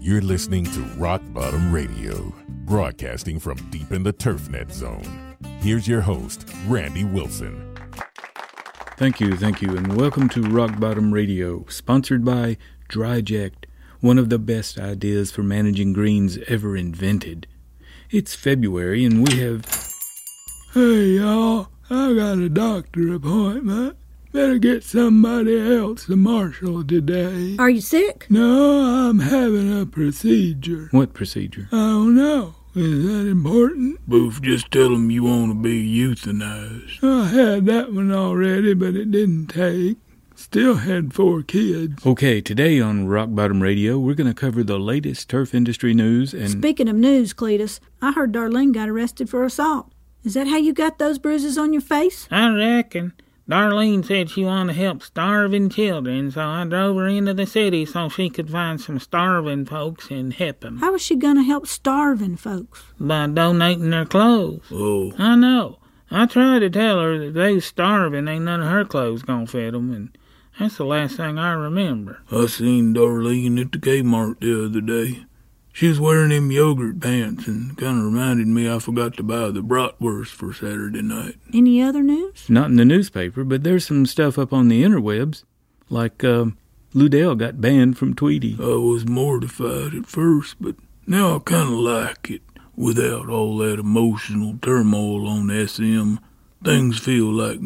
You're listening to Rock Bottom Radio, broadcasting from deep in the TurfNet zone. Here's your host, Randy Wilson. Thank you, thank you, and welcome to Rock Bottom Radio, sponsored by Dryject, one of the best ideas for managing greens ever invented. It's February and we have. Hey, y'all, I got a doctor appointment. Better get somebody else to marshal today. Are you sick? No, I'm having a procedure. What procedure? I don't know. Is that important? Boof, just tell him you want to be euthanized. I had that one already, but it didn't take. Still had four kids. Okay, today on Rock Bottom Radio, we're going to cover the latest turf industry news and. Speaking of news, Cletus, I heard Darlene got arrested for assault. Is that how you got those bruises on your face? I reckon. Darlene said she wanted to help starving children, so I drove her into the city so she could find some starving folks and help 'em How was she going to help starving folks? by donating their clothes. Oh. I know. I tried to tell her that they starving ain't none of her clothes gonna fit 'em, and that's the last thing I remember. I seen Darlene at the Kmart the other day. She was wearing them yogurt pants and kind of reminded me I forgot to buy the bratwurst for Saturday night. Any other news? Not in the newspaper, but there's some stuff up on the interwebs, like um, Ludell got banned from Tweety. I was mortified at first, but now I kind of like it. Without all that emotional turmoil on SM, things feel like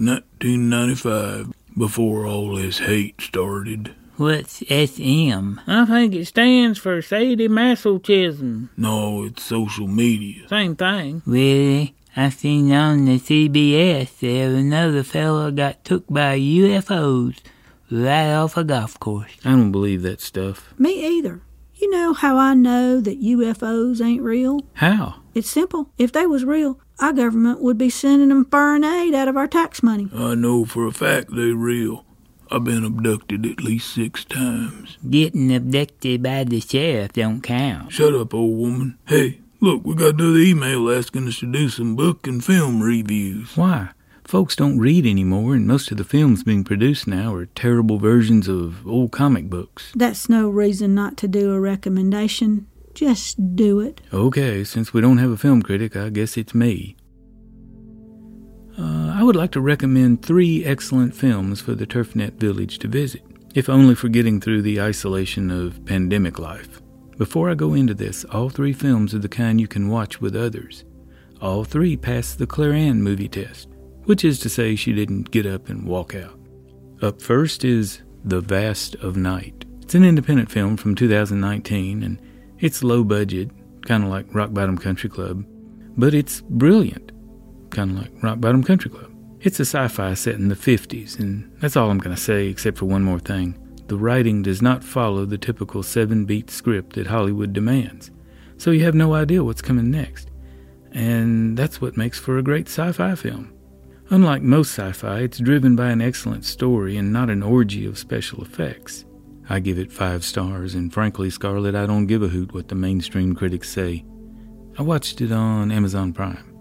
1995 before all this hate started. What's SM? I think it stands for Sadie Masochism. No, it's social media. Same thing. Really? I seen on the CBS there another fella got took by UFOs right off a golf course. I don't believe that stuff. Me either. You know how I know that UFOs ain't real? How? It's simple. If they was real, our government would be sending them foreign aid out of our tax money. I know for a fact they real. I've been abducted at least six times. Getting abducted by the sheriff don't count. Shut up, old woman. Hey, look, we got another email asking us to do some book and film reviews. Why? Folks don't read anymore, and most of the films being produced now are terrible versions of old comic books. That's no reason not to do a recommendation. Just do it. Okay, since we don't have a film critic, I guess it's me. Uh, I would like to recommend three excellent films for the TurfNet village to visit, if only for getting through the isolation of pandemic life. Before I go into this, all three films are the kind you can watch with others. All three passed the Claire Anne movie test, which is to say she didn't get up and walk out. Up first is The Vast of Night. It's an independent film from 2019 and it's low budget, kind of like Rock Bottom Country Club, but it's brilliant, kind of like Rock Bottom Country Club. It's a sci fi set in the 50s, and that's all I'm going to say except for one more thing. The writing does not follow the typical seven beat script that Hollywood demands, so you have no idea what's coming next. And that's what makes for a great sci fi film. Unlike most sci fi, it's driven by an excellent story and not an orgy of special effects. I give it five stars, and frankly, Scarlett, I don't give a hoot what the mainstream critics say. I watched it on Amazon Prime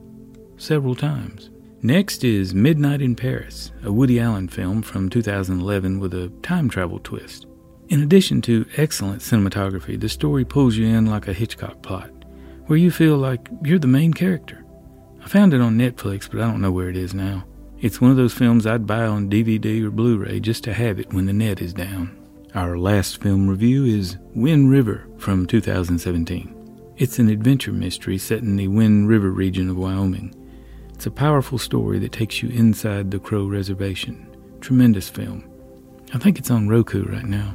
several times. Next is Midnight in Paris, a Woody Allen film from 2011 with a time travel twist. In addition to excellent cinematography, the story pulls you in like a Hitchcock plot, where you feel like you're the main character. I found it on Netflix, but I don't know where it is now. It's one of those films I'd buy on DVD or Blu ray just to have it when the net is down. Our last film review is Wind River from 2017. It's an adventure mystery set in the Wind River region of Wyoming. It's a powerful story that takes you inside the Crow Reservation. Tremendous film. I think it's on Roku right now.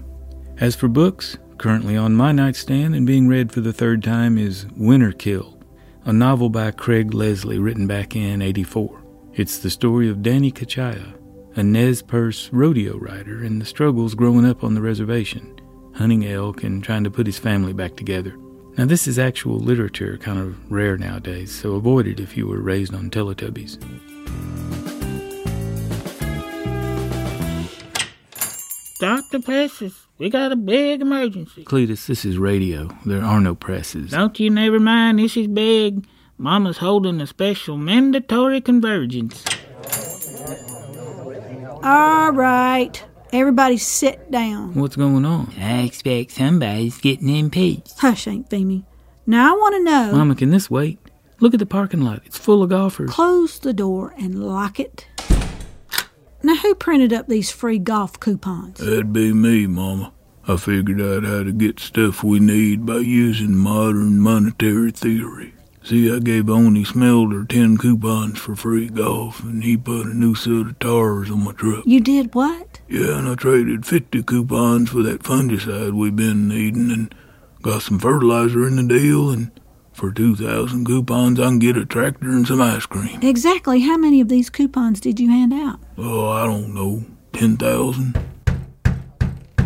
As for books, currently on my nightstand and being read for the third time is Winter Kill, a novel by Craig Leslie written back in 84. It's the story of Danny Kachaya, a Nez Perce rodeo rider, and the struggles growing up on the reservation, hunting elk and trying to put his family back together. Now, this is actual literature, kind of rare nowadays, so avoid it if you were raised on Teletubbies. Dr. Precious, we got a big emergency. Cletus, this is radio. There are no presses. Don't you never mind, this is big. Mama's holding a special mandatory convergence. All right. Everybody sit down. What's going on? I expect somebody's getting impeached. Hush, Aunt Feemy. Now I want to know. Mama, can this wait? Look at the parking lot. It's full of golfers. Close the door and lock it. Now, who printed up these free golf coupons? That'd be me, Mama. I figured out how to get stuff we need by using modern monetary theory. See, I gave Oney Smelter ten coupons for free golf, and he put a new set of tires on my truck. You did what? Yeah, and I traded 50 coupons for that fungicide we've been needing, and got some fertilizer in the deal, and for 2,000 coupons, I can get a tractor and some ice cream. Exactly how many of these coupons did you hand out? Oh, I don't know, 10,000?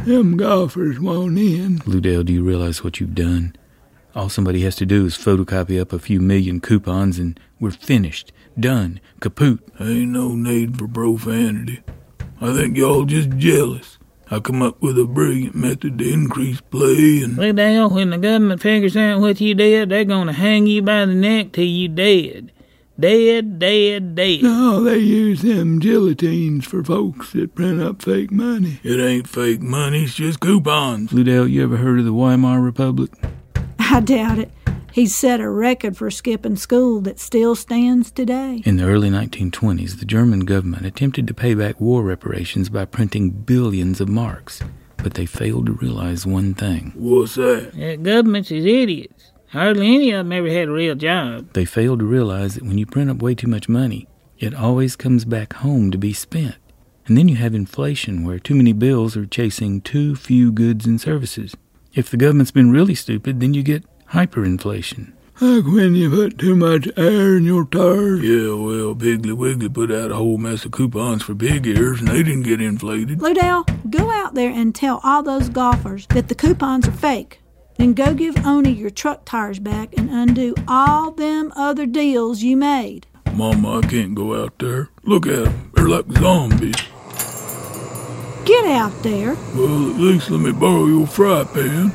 Them golfers won't in. Ludell, do you realize what you've done? All somebody has to do is photocopy up a few million coupons and we're finished. Done. Kaput. Ain't no need for profanity. I think y'all just jealous. I come up with a brilliant method to increase play and Liddell, when the government figures out what you did, they're going to hang you by the neck till you dead. Dead, dead, dead. No, they use them gelatines for folks that print up fake money. It ain't fake money, it's just coupons. Ludell, you ever heard of the Weimar Republic? I doubt it. He set a record for skipping school that still stands today. In the early 1920s, the German government attempted to pay back war reparations by printing billions of marks, but they failed to realize one thing. What's that? That government's is idiots. Hardly any of them ever had a real job. They failed to realize that when you print up way too much money, it always comes back home to be spent. And then you have inflation where too many bills are chasing too few goods and services. If the government's been really stupid, then you get hyperinflation. Like when you put too much air in your tires. Yeah, well, Piggly Wiggly put out a whole mess of coupons for pig ears and they didn't get inflated. Ludell, go out there and tell all those golfers that the coupons are fake. Then go give Oni your truck tires back and undo all them other deals you made. Mama, I can't go out there. Look at 'em. They're like zombies. Get out there. Well, at least let me borrow your fry pan.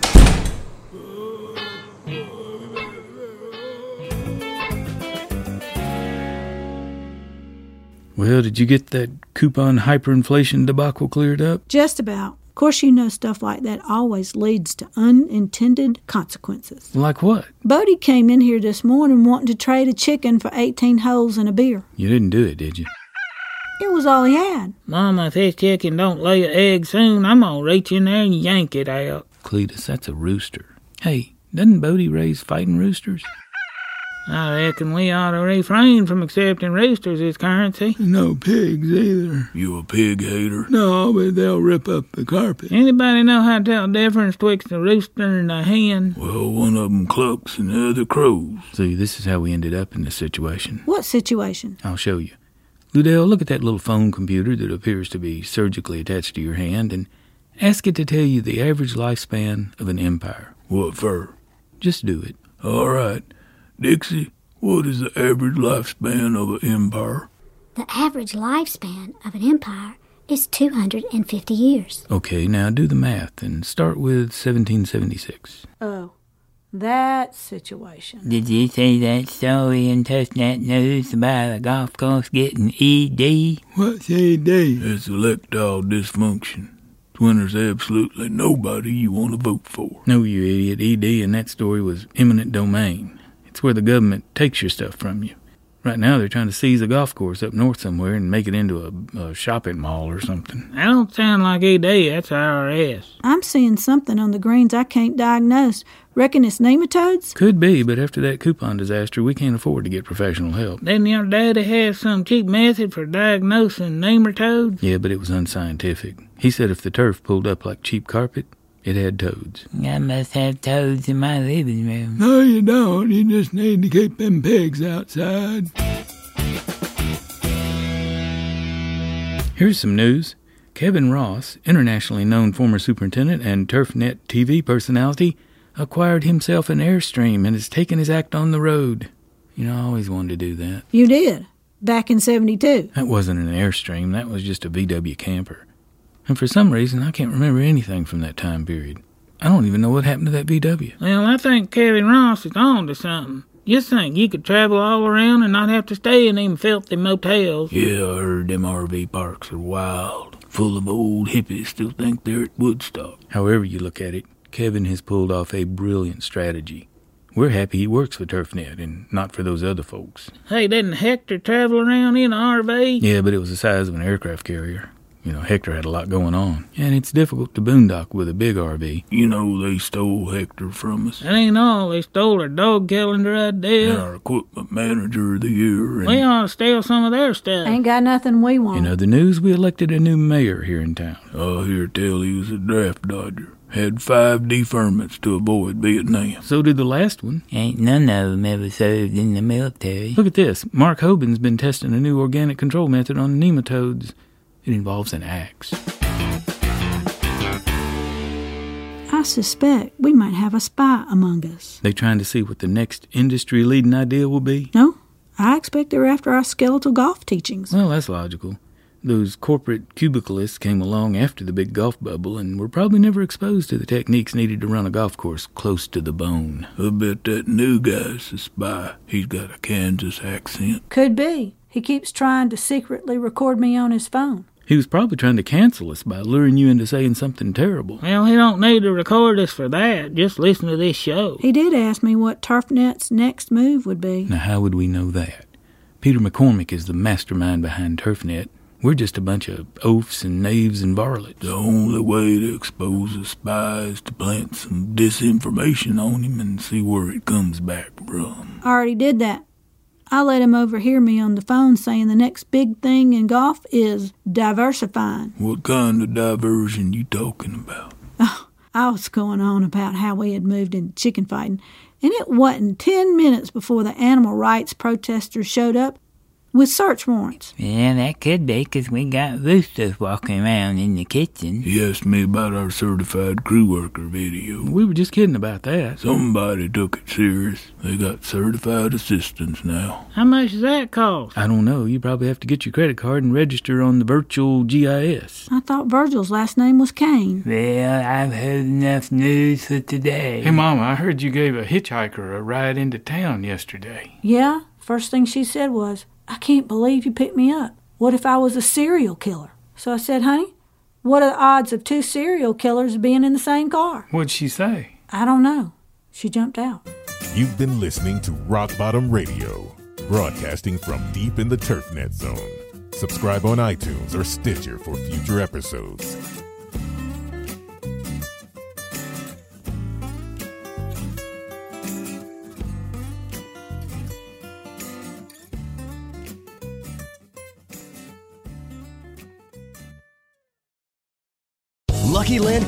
Well, did you get that coupon hyperinflation debacle cleared up? Just about. Of course, you know stuff like that always leads to unintended consequences. Like what? Bodie came in here this morning wanting to trade a chicken for 18 holes and a beer. You didn't do it, did you? It was all he had. Mama, if this chicken don't lay an egg soon, I'm going to reach in there and yank it out. Cletus, that's a rooster. Hey, doesn't Bodie raise fighting roosters? I reckon we ought to refrain from accepting roosters as currency. No pigs either. You a pig hater? No, but they'll rip up the carpet. Anybody know how to tell the difference betwixt a rooster and a hen? Well, one of 'em clucks and the other crows. See, this is how we ended up in this situation. What situation? I'll show you. Ludell, look at that little phone computer that appears to be surgically attached to your hand and ask it to tell you the average lifespan of an empire. What for? Just do it. All right. Dixie, what is the average lifespan of an empire? The average lifespan of an empire is 250 years. Okay, now do the math and start with 1776. Oh, that situation. Did you see that story in Tushnet News about a golf course getting ED? What's AD? It's electile dysfunction. It's when there's absolutely nobody you want to vote for. No, you idiot. ED in that story was eminent domain. It's where the government takes your stuff from you. Right now, they're trying to seize a golf course up north somewhere and make it into a, a shopping mall or something. That don't sound like ED, that's IRS. I'm seeing something on the greens I can't diagnose. Reckon it's nematodes? Could be, but after that coupon disaster, we can't afford to get professional help. Didn't your daddy have some cheap method for diagnosing nematodes? Yeah, but it was unscientific. He said if the turf pulled up like cheap carpet, it had toads. I must have toads in my living room. No, you don't. You just need to keep them pigs outside. Here's some news. Kevin Ross, internationally known former superintendent and TurfNet TV personality, acquired himself an Airstream and has taken his act on the road. You know, I always wanted to do that. You did. Back in 72. That wasn't an Airstream, that was just a VW camper. And for some reason, I can't remember anything from that time period. I don't even know what happened to that VW. Well, I think Kevin Ross is on to something. Just think you could travel all around and not have to stay in them filthy motels. Yeah, I heard them RV parks are wild. full of old hippies still think they're at Woodstock. However you look at it, Kevin has pulled off a brilliant strategy. We're happy he works for TurfNet and not for those other folks. Hey, didn't Hector travel around in a RV? Yeah, but it was the size of an aircraft carrier. You know, Hector had a lot going on, and it's difficult to boondock with a big RV. You know they stole Hector from us. That ain't all. They stole our dog calendar idea. And our equipment manager of the year. We And ought to steal some of their stuff. Ain't got nothing we want. In other news, we elected a new mayor here in town. I hear tell he was a draft dodger. Had five deferments to avoid Vietnam. So did the last one. Ain't none of 'em ever served in the military. Look at this. Mark Hoban's been testing a new organic control method on nematodes. It involves an axe. I suspect we might have a spy among us. They trying to see what the next industry leading idea will be? No, I expect they're after our skeletal golf teachings. Well, that's logical. Those corporate cubicleists came along after the big golf bubble and were probably never exposed to the techniques needed to run a golf course close to the bone. I bet that new guy's a spy. He's got a Kansas accent. Could be. He keeps trying to secretly record me on his phone. He was probably trying to cancel us by luring you into saying something terrible. Well, he don't need to record us for that. Just listen to this show. He did ask me what TurfNet's next move would be. Now, how would we know that? Peter McCormick is the mastermind behind TurfNet. We're just a bunch of oafs and knaves and varlets. The only way to expose a spy is to plant some disinformation on him and see where it comes back from. I already did that. I let him overhear me on the phone saying the next big thing in golf is diversifying. What kind of diversion you talking about? Oh, I was going on about how we had moved into chicken fighting, and it wasn't 10 minutes before the animal rights protesters showed up with search warrants. Yeah, that could be 'cause we got roosters walking around in the kitchen. He asked me about our certified crew worker video. We were just kidding about that. Somebody took it serious. They got certified assistants now. How much does that cost? I don't know. You probably have to get your credit card and register on the virtual GIS. I thought Virgil's last name was Kane. Well, I've heard enough news for today. Hey, Mama, I heard you gave a hitchhiker a ride into town yesterday. Yeah, first thing she said was, I can't believe you picked me up. What if I was a serial killer? So I said, honey, what are the odds of two serial killers being in the same car? What'd she say? I don't know. She jumped out. You've been listening to Rock Bottom Radio, broadcasting from deep in the TurfNet zone. Subscribe on iTunes or Stitcher for future episodes. Lucky Land